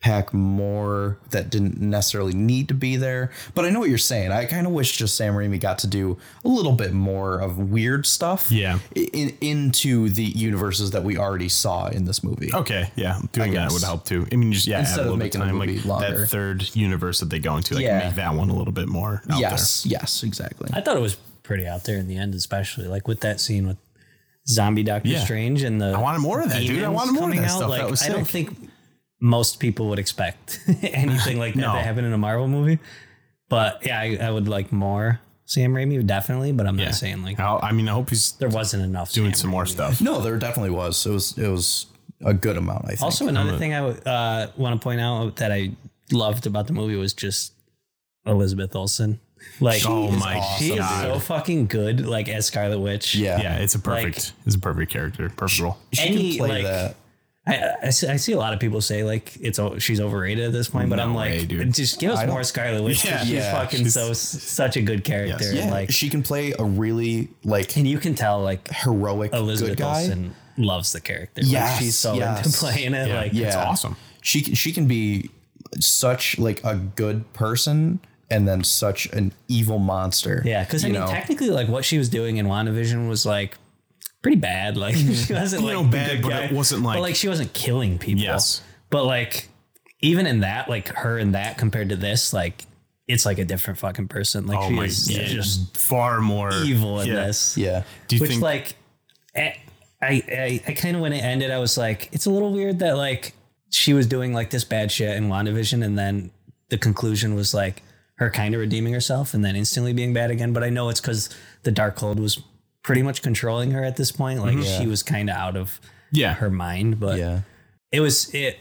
pack more that didn't necessarily need to be there but i know what you're saying i kind of wish just sam raimi got to do a little bit more of weird stuff Yeah. in, into the universes that we already saw in this movie Okay, yeah, doing that guess. would help too. I mean, just yeah, Instead add a of little bit making the time, movie like longer. that third universe that they go into, like Yeah. make that one a little bit more. Out yes yes exactly <laughs> I thought it was pretty out there in the end, especially like with that scene with zombie Doctor Yeah. Strange and the. I wanted more of that, dude. I demons wanted more of coming that stuff. That was I don't sick. think most people would expect <laughs> anything like that No. to happen in a Marvel movie. But yeah, I, I would like more Sam Raimi definitely, but I'm there. Yeah, not saying like I I mean, I hope he's there wasn't enough. doing Sam some more Raimi. stuff. No, there definitely was. It was it was a good amount. I think. Also, another thing I uh, want to point out that I loved about the movie was just Elizabeth Olsen. Like, oh is my awesome, she is god, so fucking good, like as Scarlet Witch. yeah, yeah, it's a perfect, it's a perfect character, perfect role. she Any, can play like- that. I, I, see, I see a lot of people say like it's o- she's overrated at this point, but No I'm way, like, dude. just give us I more don't- Scarlet Witch. 'cause Yeah. she's Yeah, fucking so such a good character. Yes. and Yeah, like, she can play a really like and you can tell like heroic good Elizabeth guy. Olsen loves the character. Like, Yes, she's so yes. into playing it. Yeah, Like, it's Yeah. awesome. She can- she can be such like a good person and then such an evil monster. Yeah, because I you mean, know? technically, like what she was doing in WandaVision was like pretty bad. Like <laughs> she wasn't Mm-hmm. You like know, the bad, good but it wasn't, like- but like she wasn't killing people. Yes. but like even in that, like her in that compared to this, like it's like a different fucking person. Like Oh she my, is yeah, just just far more evil in yeah. this. yeah. Do you which think? like I I I, I kind of when it ended, I was like, it's a little weird that like she was doing like this bad shit in WandaVision, and then the conclusion was like her kind of redeeming herself and then instantly being bad again. But I know it's because the Darkhold was pretty much controlling her at this point. Like she was kind of out of Mm-hmm. yeah, her mind, but Yeah. it was it.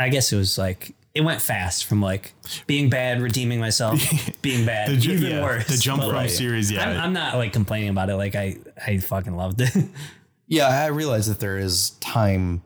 I guess it was like it went fast from like being bad, redeeming <laughs> myself, being bad, the, ju- even yeah, worse. the jump But, from like, series, yeah, I'm, I'm not like complaining about it. Like I, I fucking <laughs> loved it. Yeah, I realize that there is time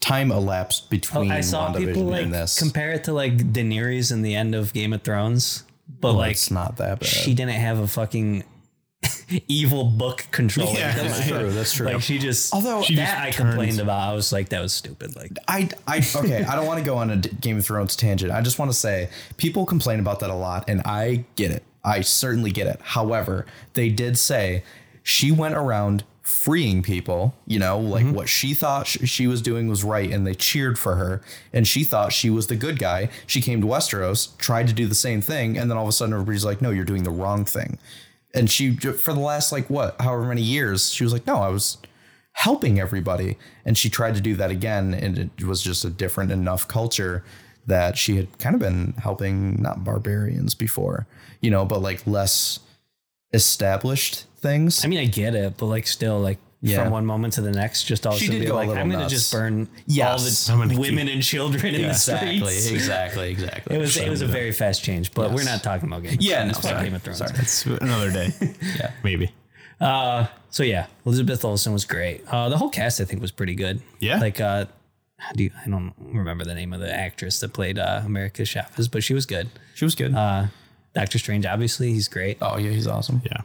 time elapsed between Oh, I saw people WandaVision like and this. compare it to like Daenerys in the end of Game of Thrones, but like it's Oh, not that bad. she didn't have a fucking <laughs> evil book controlling. Yeah, her that's mind. true, that's true. <laughs> Like she just, Although- although She just that I complained about, I was like, that was stupid. Like I, I okay. I don't want to go on a D- Game of Thrones tangent. I just want to say people complain about that a lot, and I get it. I certainly get it. However, they did say she went around freeing people. You know, like what she thought sh- she was doing was right, and they cheered for her. And she thought she was the good guy. She came to Westeros, tried to do the same thing, and then all of a sudden, everybody's like, "No, you're doing the wrong thing." And she, j- for the last like what, however many years, she was like, "No, I was." helping everybody. And she tried to do that again, and it was just a different enough culture that she had kind of been helping not barbarians before, you know, but like less established things. I mean, I get it, but like still, like Yeah. from one moment to the next, just all of a She sudden did be go a like, little I'm gonna nuts. just burn Yes. I'm all gonna the keep- women and children in the streets. <laughs> exactly, exactly. It was it was a very fast change, but we're not talking about Game. <laughs> Of Yeah, Thrones. no, It's not sorry. Game of Thrones. Sorry. it's another <laughs> day. yeah, maybe. Uh, so yeah, Elizabeth Olsen was great. Uh, the whole cast I think was pretty good. Yeah. like uh, how do you, I don't remember the name of the actress that played uh, America Chavez, but she was good. she was good. Uh, Doctor Strange, obviously, he's great. oh yeah, he's awesome. Yeah,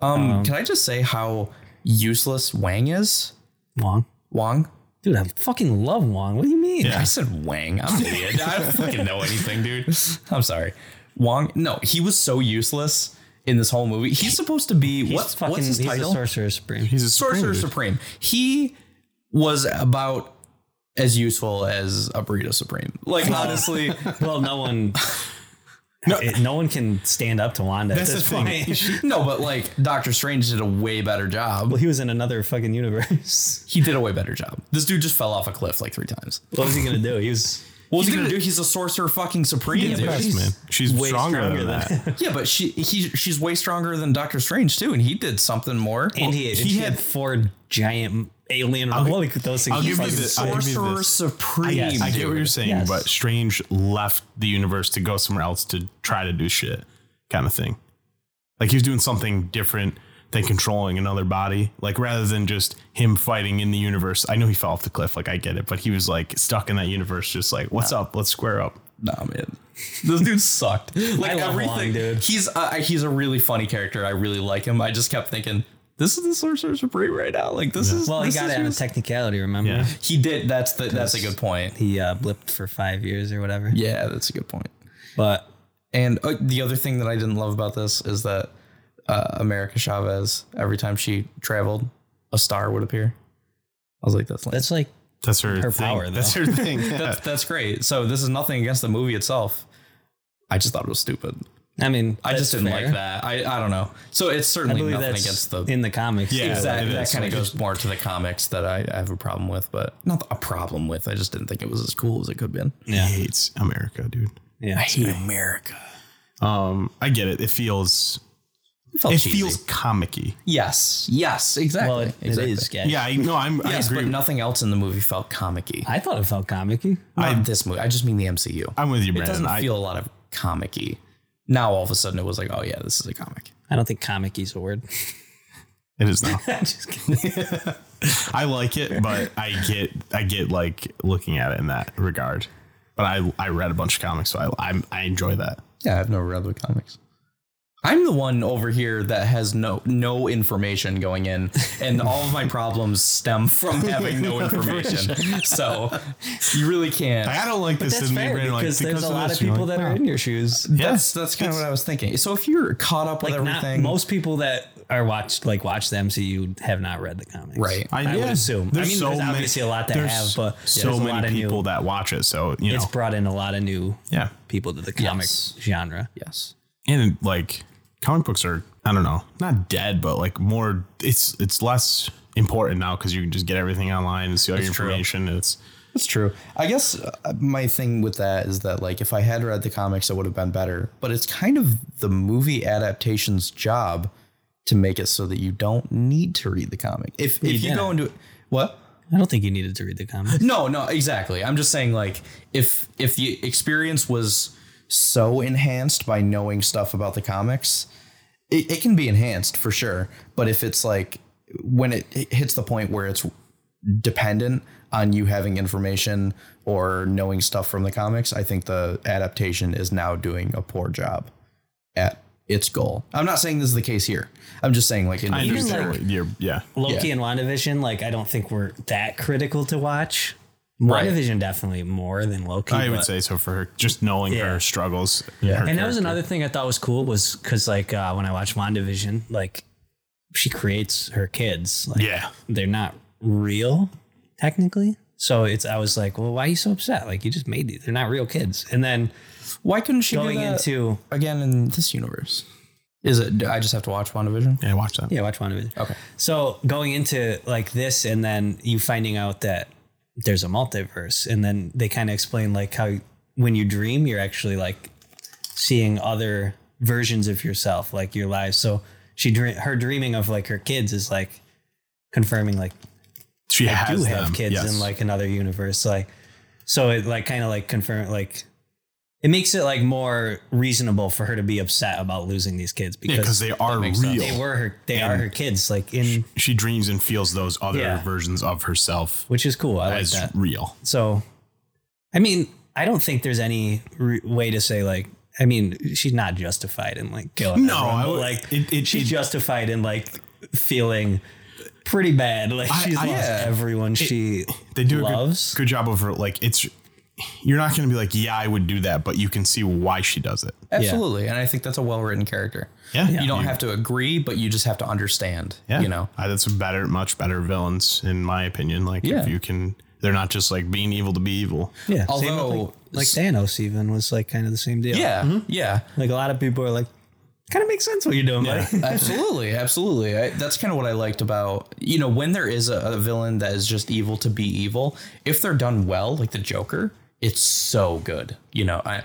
Um, can I just say how useless Wang is? Wong, Wang? dude, I fucking love Wong. What do you mean? Yeah. I said Wang. I'm an idiot. I don't fucking know anything, dude. I'm sorry. Wong. No, he was so useless in this whole movie. He's supposed to be He's what? fucking, what's his he's title? The Sorcerer Supreme. he's a Sorcerer Supreme, dude. Supreme. He was about as useful as a burrito supreme. Like honestly, well, no one No, no one can stand up to Wanda. That's at this the thing. point. No, but like Doctor Strange did a way better job. Well, he was in another fucking universe. <laughs> He did a way better job. This dude just fell off a cliff like three times. What was he gonna do? He was What was he, gonna do? He's a sorcerer fucking supreme. She's dude. impressed, she's man. She's way stronger, stronger than, than <laughs> that. Yeah, but she he she's way stronger than Doctor Strange too, and he did something more. and he, he had four giant alien robots. Those things. I'll give you fucking this- suck. I'll give you sorcerer this. supreme. Yes, I get what dude. you're saying, Yes. but Strange left the universe to go somewhere else to try to do shit, kind of thing. Like he was doing something different than controlling another body. Like rather than just him fighting in the universe, I know he fell off the cliff. Like I get it, but he was like stuck in that universe, just like, what's up? Let's square up. Nah, man, this dude <laughs> sucked. Like I love everything, Wong, dude. He's uh, he's a really funny character. I really like him. I just kept thinking, this is the sorcerer supreme right now. Like this is Well, he this got is it on a his- technicality. Remember, Yeah. He did. That's the that's a good point. he uh, blipped for five years or whatever. Yeah, that's a good point. But And uh, the other thing that I didn't love about this is that uh, America Chavez, every time she traveled, a star would appear. I was like, that's lame. that's like That's her, Her thing. power, though. That's her thing. that's, that's great. So this is nothing against the movie itself. I just thought it was stupid. I mean, I just that's didn't fair. like that. I, I don't know. So it's I certainly believe nothing that's against the in the comics. Yeah, that, it that is. kind of goes more to the comics that I, I have a problem with, but not a problem with. I just didn't think it was as cool as it could have been. He hates America, dude. yeah. hate America. Um, I get it. It feels It, felt it cheesy. feels comic-y. yes, yes, exactly. Well, it, it exactly. is sketch. Yeah, I no, I'm Yes, I agree. but nothing else in the movie felt comic-y. I thought it felt comic-y. Not this movie. I just mean the MCU. I'm with you, it Brandon. doesn't I, feel a lot of comic-y. Now all of a sudden it was like, oh yeah, this is a comic. I don't think comic-y is a word. it is <laughs> now. Just kidding. <laughs> I like it, but I get I get like looking at it in that regard. But I I read a bunch of comics, so I I'm, I enjoy that. Yeah, I've never read the comics. I'm the one over here that has no no information going in, and all of my problems stem from having no information. So you really can't. I don't like this That's in me, fair Brandon. Like, because there's a of lot this, of people you're like, that are in your shoes. That's that's kind of what I was thinking. So if you're caught up with Like not, everything, most people that are watched like watch the MCU have not read the comics, Right. I, would yeah. assume. I There's mean, so there's many- obviously a lot that there's have, but so there's a lot many of people new, that watch it. So you It's know, brought in a lot of new yeah, people to the comic Yes. genre. yes, and like comic books are I don't know, not dead, but like more. It's it's less important now because you can just get everything online and see all your true. information. and It's that's true. I guess uh, my thing with that is that like if I had read the comics, it would have been better. But it's kind of the movie adaptation's job to make it so that you don't need to read the comic. If if you, didn't. go into what. I don't think you needed to read the comics. No, no, exactly. I'm just saying like if if the experience was so enhanced by knowing stuff about the comics, it, it can be enhanced for sure. But if it's like when it, it hits the point where it's dependent on you having information or knowing stuff from the comics, I think the adaptation is now doing a poor job at its goal. I'm not saying this is the case here. I'm just saying like in I the future- understand. like- what you're, <laughs> yeah, Loki Yeah. and WandaVision, like I don't think we're that critical to watch. Right. WandaVision definitely more than Loki. I but- would say so for her. Just knowing Yeah. her struggles. Yeah, and that was another thing I thought was cool was because like uh, when I watched WandaVision, like she creates her kids. Like, Yeah. they're not real technically. So it's I was like, well, why are you so upset? Like you just made these; they're not real kids. And then why couldn't she do going that into again in this universe? Is it? do I just have to watch WandaVision. Yeah, watch that. yeah, watch WandaVision. Okay. So going into like this, and then you finding out that there's a multiverse, and then they kind of explain like how when you dream, you're actually like seeing other versions of yourself, like your lives. So she dream her dreaming of like her kids is like confirming like She I has do have them, kids yes. in like another universe. Like, so it like kind of like confirm like it makes it like more reasonable for her to be upset about losing these kids Yeah, because because they are makes sense. real. they were her they are her kids like in she dreams and feels those other Yeah. versions of herself which is cool. I like as that. real. So, I mean, I don't think there's any re- way to say like. I mean, she's not justified in like killing. No, everyone, I but, would- like it- it- she's it- justified in like feeling pretty bad. Like I- she's I- lost yeah. everyone she They do loves. a good, good job of her. Like it's, you're not going to be like, yeah, I would do that, but you can see why she does it. Absolutely, and I think that's a well-written character. Yeah, You don't have to agree, but you just have to understand. Yeah, You know. I, that's a better, much better villains in my opinion. Like Yeah. if you can They're not just like being evil to be evil. Yeah. same with, Although- like, like Thanos even was like kind of the same deal. Yeah, yeah, Like a lot of people are like, kind of makes sense what you're doing, Yeah. <laughs> <laughs> buddy. absolutely, absolutely. I, that's kind of what I liked about you know when there is a, a villain that is just evil to be evil. If they're done well, like the Joker, it's so good. You know, I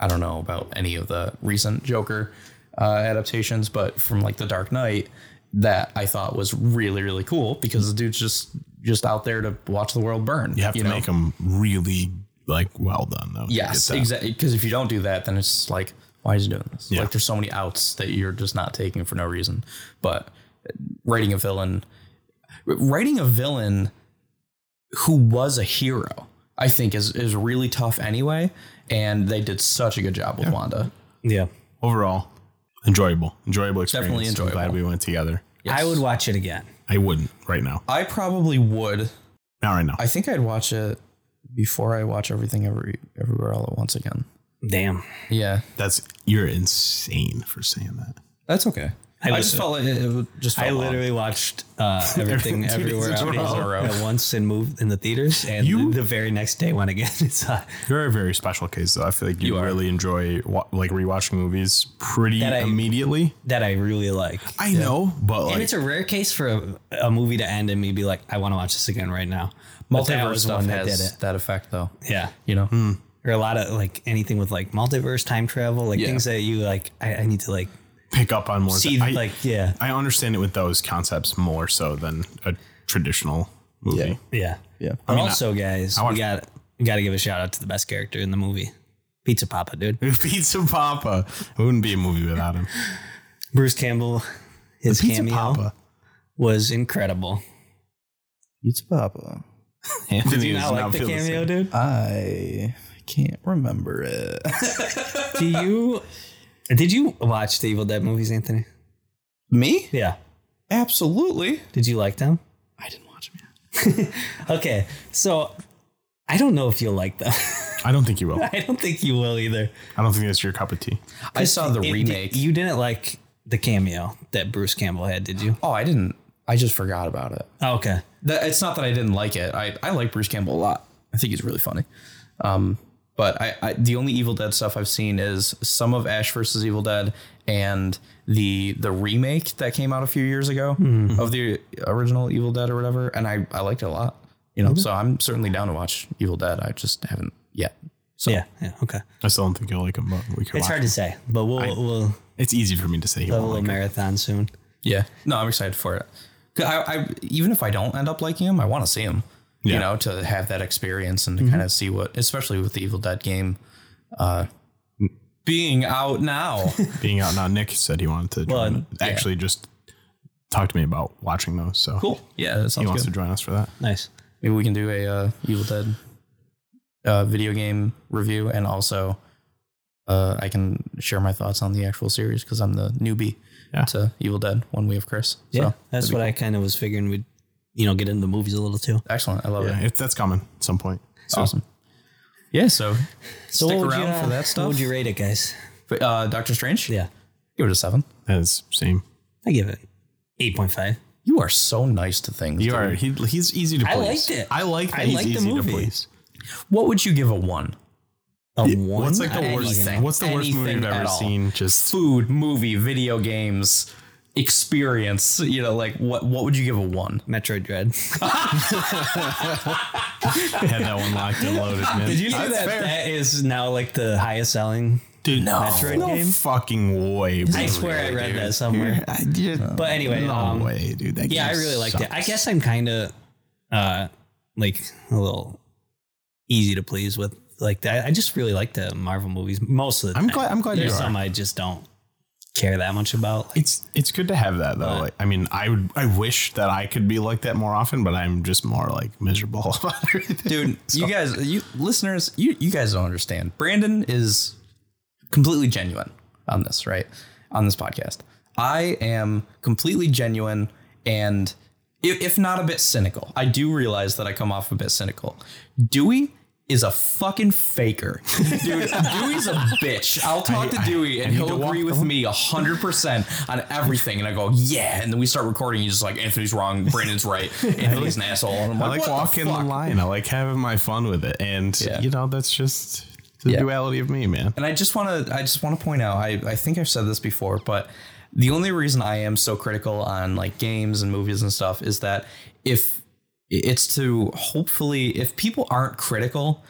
I don't know about any of the recent Joker uh, adaptations, but from like the Dark Knight, that I thought was really really cool because the dude's just just out there to watch the world burn. You have to know? make 'em make them really like well done though. to Yes, get that. exactly. Because if you don't do that, then it's just like, why is he doing this? Yeah. Like, there's so many outs that you're just not taking for no reason. But writing a villain, writing a villain who was a hero, I think is is really tough anyway. And they did such a good job with Wanda. Yeah. Overall, enjoyable, enjoyable experience. Definitely I'm glad enjoyable. we went together. I would watch it again. I wouldn't right now. I probably would. Not right now. I think I'd watch it before I watch everything every everywhere all at once again. Damn. Yeah, That's you're insane for saying that. that's okay. I I, just listen. felt like it, it would- just. Felt I literally watched uh, Two everything days everywhere in a at- row. at once and moved in the theaters, and You- the, the very next day went again. <laughs> It's uh, You're a very special case, though. I feel like you, really enjoy wa- like rewatching movies pretty That I- immediately. that I really like, I know, but and like it's a rare case for a, a movie to end and me be like, I want to watch this again right now. But that multiverse was stuff one that has did that, effect though. it. Yeah, You know. or a lot of like anything with like multiverse, time travel, like Yeah. things that you like. I, I need to like pick up on more. see, I, like yeah, I understand it with those concepts more so than a traditional movie. Yeah. yeah, Yeah. But also, guys, watched- we got we got to give a shout out to the best character in the movie, Pizza Papa, <laughs> dude. Pizza Papa. It wouldn't be a movie without him. Bruce Campbell, his Pizza cameo Papa. was incredible. Pizza Papa. Anthony Did you does not like the feel same. cameo, dude? I can't remember it. <laughs> Do you? <laughs> Did you watch the Evil Dead movies, Anthony? Me? Yeah. Absolutely. Did you like them? I didn't watch it. Okay, so I don't know if you'll like them. <laughs> I don't think you will. I don't think you will either. I don't think that's your cup of tea. I saw the It- it- remake. you didn't like the cameo that Bruce Campbell had, did you? oh, I didn't. I just forgot about it. Oh, okay. That, it's not that I didn't like it. I, I like Bruce Campbell a lot. I think he's really funny. Um, but I, I the only Evil Dead stuff I've seen is some of Ash versus Evil Dead and the the remake that came out a few years ago of the original Evil Dead or whatever. And I, I liked it a lot. You know, so I'm certainly down to watch Evil Dead. I just haven't yet. So Yeah. Yeah. Okay. I still don't think you'll like him, but we can watch It's hard it. to say, but we'll we'll have It's easy for me to say he a won't little like him. marathon soon. Yeah. No, I'm excited for it. 'Cause I, I even if I don't end up liking him, I want to see him. You Yeah. know, to have that experience and to kind of see what, especially with the Evil Dead game, uh, being out now. being out now. Nick said he wanted to Well, join, yeah. actually just talk to me about watching those. So cool. Yeah, that he sounds wants good. to join us for that. Nice. Maybe we can do a uh, Evil Dead uh, video game review, and also uh, I can share my thoughts on the actual series because I'm the newbie Yeah. to Evil Dead when we have Chris. Yeah. So that's what I kind of was figuring we'd you know get into the movies a little too. excellent. I love Yeah, it. it's that's coming at some point. It's awesome. Yeah. So So Stick what would around you, uh, for that What stuff. would you rate it, guys? uh, Doctor Strange. Yeah, Give it a seven. That is same. I give it eight point five. You are so nice to things. You dude. are he, he's easy to I please. liked it. I like that I he's liked the easy movie. to please. What would you give a one? A one. What's like the I- worst? Anything. What's the worst movie you've Anything at ever all. seen? <laughs> Just Food, movie, video games, experience. You know, like what? What would you give a one? Metroid Dread. had that one locked and loaded. Man. Did you know that that is now like the highest selling? Dude, No. Metroid Metroid no game? fucking way. I bro. swear I read that <laughs> somewhere. I did. But anyway, no um, way, dude. That yeah, I game really liked it. sucked. I guess I'm kind of uh like a little easy to please with like that. I just really like the Marvel movies most of the I'm time. glad. I'm glad Oh, you are. There's some I just don't care that much about. Like, It's it's good to have that though. like, I mean, I would I wish that I could be like that more often, but I'm just more like miserable <laughs> about everything. <laughs> Dude, you guys, you listeners, you you guys don't understand. Brandon is completely genuine on this, right? On this podcast, I am completely genuine and if, if not a bit cynical. I do realize that I come off a bit cynical. Dewey is a fucking faker. <laughs> Dude, Dewey's a bitch. I'll talk to Dewey and need to he'll walk agree the with me 100% on everything. And I go, yeah. And then we start recording. He's just like, Anthony's wrong. <laughs> Brandon's right. Anthony's an asshole. And I'm I like, like what the walking the, fuck? line. I like having my fun with it. And Yeah. you know, that's just the Yeah. duality of me, man. And I just want to, I just want to point out, I, I think I've said this before, but the only reason I am so critical on like games and movies and stuff is that if it's to hopefully, if people aren't critical,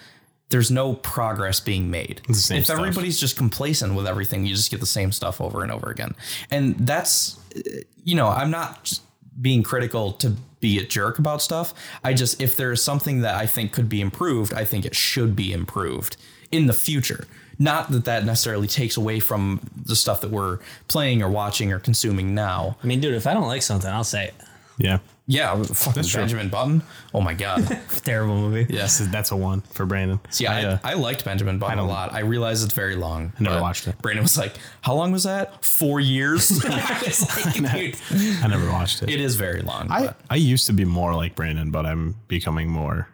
there's no progress being made. It's the same if stuff. everybody's just complacent with everything, you just get the same stuff over and over again. And that's, uh, you know, I'm not just being critical to be a jerk about stuff. I just, if there is something that I think could be improved, I think it should be improved in the future. Not that that necessarily takes away from the stuff that we're playing or watching or consuming now. I mean, dude, if I don't like something, I'll say it. Yeah. Yeah, fucking true. Benjamin Button. Oh my <laughs> god. terrible movie. Yeah. That's a, that's a one for Brandon. See, I, I, uh, liked Benjamin Button a lot. I realize it's very long. I never watched it. Brandon was like, "How long was that? Four years." <laughs> I was <laughs> like, "Dude, I never watched it. it is very long." I, but I used to be more like Brandon, but I'm becoming more.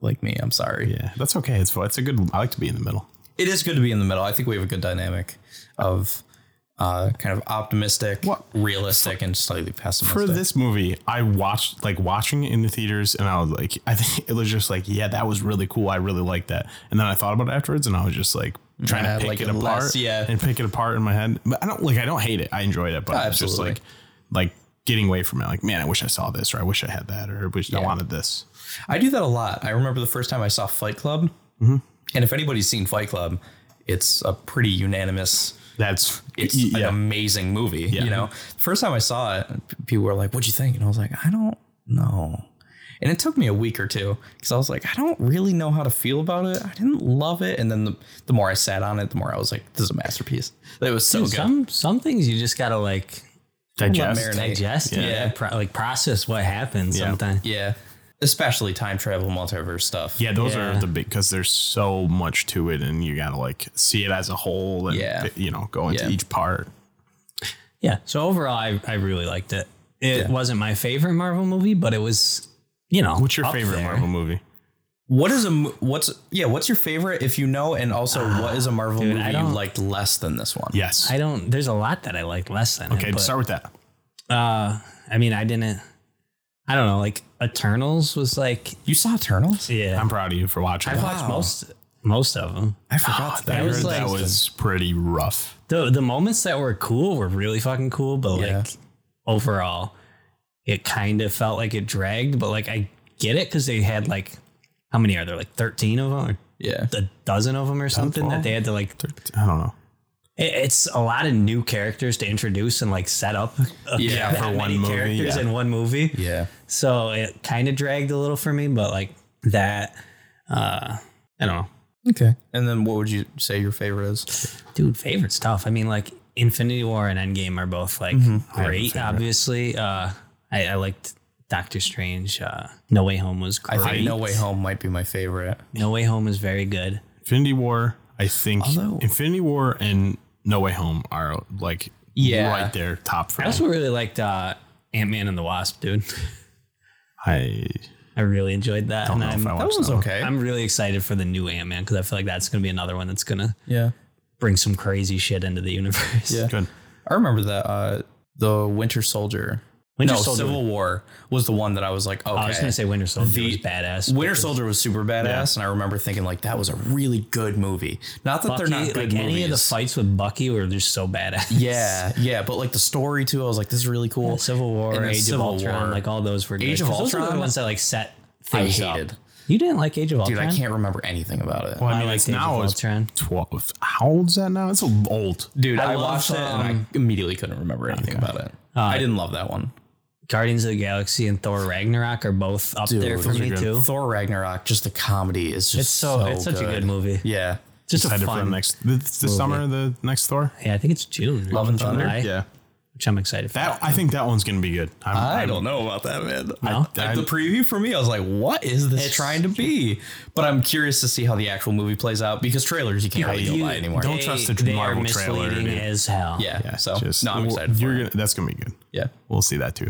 like me, I'm sorry. Yeah, that's okay. It's it's a good. I like to be in the middle. It is good to be in the middle. I think we have a good dynamic of uh, kind of optimistic, What- realistic, and slightly pessimistic. For this movie, I watched like watching it in the theaters, and I was like, <laughs> I think it was just like, yeah, that was really cool. I really liked that. And then I thought about it afterwards, and I was just like trying Yeah, to pick like it it apart, less, yeah. and pick it apart in my head. But I don't like. I don't hate it. I enjoyed it, but Oh, it's just like, absolutely. like getting away from it. Like, man, I wish I saw this, or I wish I had that, or I wish I wanted this. I do that a lot. I remember the first time I saw Fight Club, Mm-hmm. and if anybody's seen Fight Club, it's a pretty unanimous. That's it's y- an yeah. amazing movie. You know, first time I saw it, p- people were like, "What'd you think?" And I was like, "I don't know." And it took me a week or two because I was like, "I don't really know how to feel about it. I didn't love it." And then the, the more I sat on it, the more I was like, "This is a masterpiece." It was so Dude, good. some some things you just gotta like digest. Marinate. digest, yeah, Yeah. pro- like process what happened sometimes. yeah, especially time travel multiverse stuff. Yeah, those Yeah. are the big because there's so much to it, and you gotta like see it as a whole, and Yeah. you know go into Yeah. each part. Yeah. So overall, I, I really liked it. It Yeah. wasn't my favorite Marvel movie, but it was, you know, What's your up favorite there. Marvel movie? What is a mo- what's yeah? What's your favorite if you know? And also, what is a Marvel Ah, dude, I movie you don't- liked less than this one? Yes. I don't. There's a lot that I liked less than. okay, it, but, start with that. uh, I mean, I didn't. I don't know. Like Eternals was like, You saw Eternals? yeah, I'm proud of you for watching. I that. watched most most of them. I I forgot that. heard Ah, was that like- was pretty rough. the the moments that were cool were really fucking cool, but Yeah. like overall, it kind of felt like it dragged. But like I get it because they had like how many are there? Like thirteen of them, Yeah. or a dozen of them, or something that they had to like. I don't know. It, it's a lot of new characters to introduce and like set up. uh, Yeah, that for one many movie, characters yeah. in one movie. Yeah. So it kind of dragged a little for me, but like that, uh, I don't know. Okay. And then what would you say your favorite is? Dude, favorite stuff. I mean, like Infinity War and Endgame are both like great, obviously. Uh, I, I liked Doctor Strange. Uh, no Way Home was I great. think No no-, Way Home might be my favorite. Way Home is very good. Infinity War. I think Although- Infinity War and No Way Home are like Yeah. right there top for I me. also really liked uh, Ant Man and the Wasp, dude. <laughs> I I really enjoyed that. don't And know if I I'm, watched one's that one. okay. I'm really excited for the new Ant Man because I feel like that's going to be another one that's going to Yeah. bring some crazy shit into the universe. Yeah. Good. I remember that uh the Winter Soldier. Winter no, Soldier. Oh, Civil War was the one that I was like, okay. <laughs> I was going to say Winter Soldier The- was badass. Winter Soldier was super badass, and I remember thinking like that was a really good movie. Not that Bucky, they're not like good movies. any of the fights with Bucky were just so badass. Yeah, yeah, but like the story too, I was like, this is really cool. Civil War, And then Age Civil of Ultron, War. like all those were good. Age of 'Cause Those were Ultron? the ones that like set I things up. hated. You didn't like Age of Dude, Ultron, I can't remember anything about it. Well, I I mean, liked it's Age now of it's Ultron. twelve. How old's that now? It's old. Dude, I I, love um, watched it and I some- immediately couldn't remember anything about it. I didn't love that one. Guardians of the Galaxy and Thor Ragnarok are both up there for those me good. too. Thor Ragnarok, just the comedy is just It's so, it's such a good movie. Yeah. Just a Excited for the fun. next this, this summer. The next Thor. yeah, I think it's June. or Love and July, Thunder? Yeah. which I'm excited for. That I think that one's gonna be good. I'm, I I'm- don't know about that, man. No? I- I- the preview for me, I was like, what is this It's- trying to be? But I'm curious to see how the actual movie plays out because trailers, you can't really go You- by anymore. don't they- trust the they are Marvel trailer, misleading dude. as hell. yeah, Yeah. So, just- no, I'm well, excited for you're it. gonna- that's gonna be good. Yeah. We'll see that too.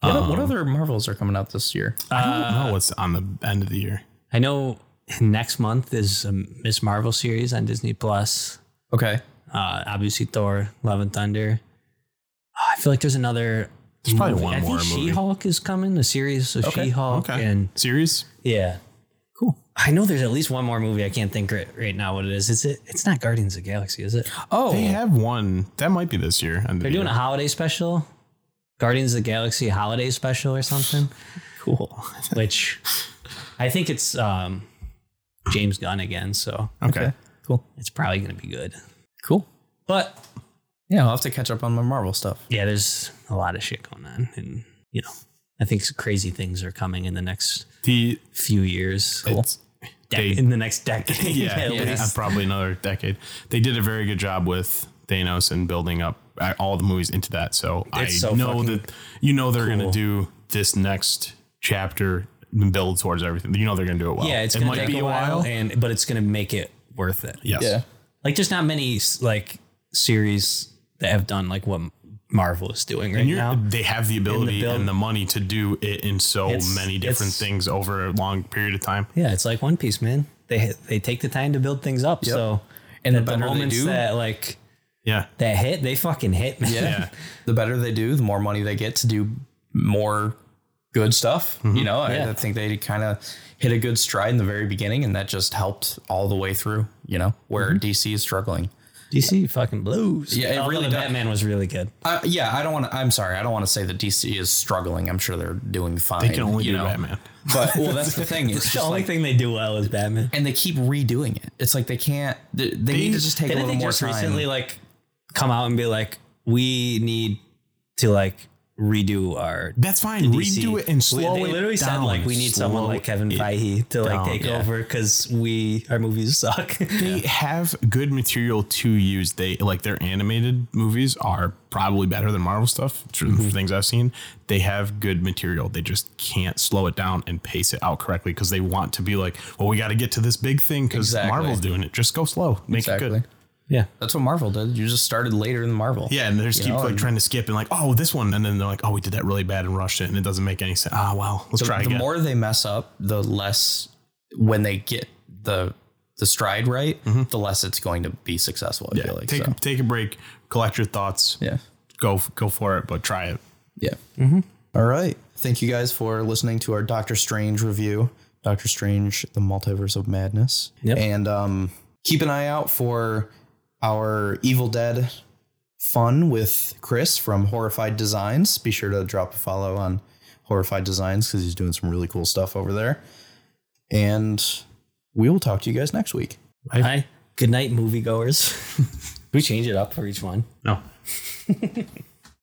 What, what other Marvels are coming out this year? Uh, I don't know what's on the end of the year. I know next month is a Miss Marvel series on Disney Plus. Okay. Uh, obviously, Thor: Love and Thunder. Uh, I feel like there's another. There's probably one I more think movie. She-Hulk is coming. The series of Okay, She-Hulk okay. and Series? yeah, cool. I know there's at least one more movie. I can't think right, right now what it is. Is it? It's not Guardians of the Galaxy, is it? Oh, They have one. That might be this year. They're doing a holiday special, Guardians of the Galaxy holiday special or something. <laughs> cool. which I think it's um, James Gunn again, so Okay. Okay. cool. it's probably going to be good. Cool. But Yeah, I'll have to catch up on my Marvel stuff. yeah, there's a lot of shit going on, and you know, I think some crazy things are coming in the next The few years, it's- Dec- they- in the next decade. yeah, <laughs> at yeah, least. probably another decade. They did a very good job with Thanos and building up uh, all the movies into that. So I It's so know fucking that you know they're cool. gonna do this next chapter and build towards everything. You know they're gonna do it well. yeah. It's it going might to take be a while, and but it's going to make it worth it. Yes. Yeah. Like, there's not many like series that have done like what Marvel is doing right And you're, now. they have the ability build- and the money to do it in so It's- many different it's- things over a long period of time. Yeah, it's like One Piece, man. They they take the time to build things up. So And the that better they do- that like Yeah. that hit, they fucking hit, man. <laughs> Yeah. Yeah. The better they do, the more money they get to do more good stuff. You know, I, I Mm-hmm. Yeah. think they kind of hit a good stride in the very beginning, and that just helped all the way through. You know, where Mm-hmm. DC is struggling. DC fucking blows. Yeah, it Although really the does. Batman was really good. Uh, yeah, I don't want to. I'm sorry, I don't want to say that DC is struggling. I'm sure they're doing fine. They can only you do know? Batman. But well, that's the <laughs> thing. It's The just only like, thing they do well is Batman. and they keep redoing it. It's like they can't. They, they, need to just take a Didn't little they more just time. recently like come out and be like, we need to like redo our That's fine. DC. Redo it and slow they it literally said down. like we need someone Slow like Kevin it Feige to like down. take Yeah. over because we our <laughs> movies suck. they have good material to use. They like their animated movies are probably better than Marvel stuff tr- Mm-hmm. for things I've seen. They have good material. They just can't slow it down and pace it out correctly because they want to be like, well, we got to get to this big thing because Exactly. Marvel's doing it. Just go slow, make it Exactly. good. yeah. That's what Marvel did. You just started later than Marvel. Yeah, and they just You keep know, like and- trying to skip and like, oh, this one, and then they're like, oh, we did that really bad and rushed it, and it doesn't make any sense. Ah, well, let's the, try the again. more they mess up, the less when they get the the stride right, the less it's going to be successful. I Mm-hmm. yeah, feel like take so. take a break, collect your thoughts, Yeah. go go for it, but try it. Yeah. All right. Thank you guys for listening to our Doctor Strange review. Doctor Strange: The Multiverse of Madness. Yep. And um, keep an eye out for our Evil Dead fun with Chris from Horrified Designs. Be sure to drop a follow on Horrified Designs because he's doing some really cool stuff over there. And we will talk to you guys next week. <laughs> Hi. Good night, moviegoers. we change it up for each one. No.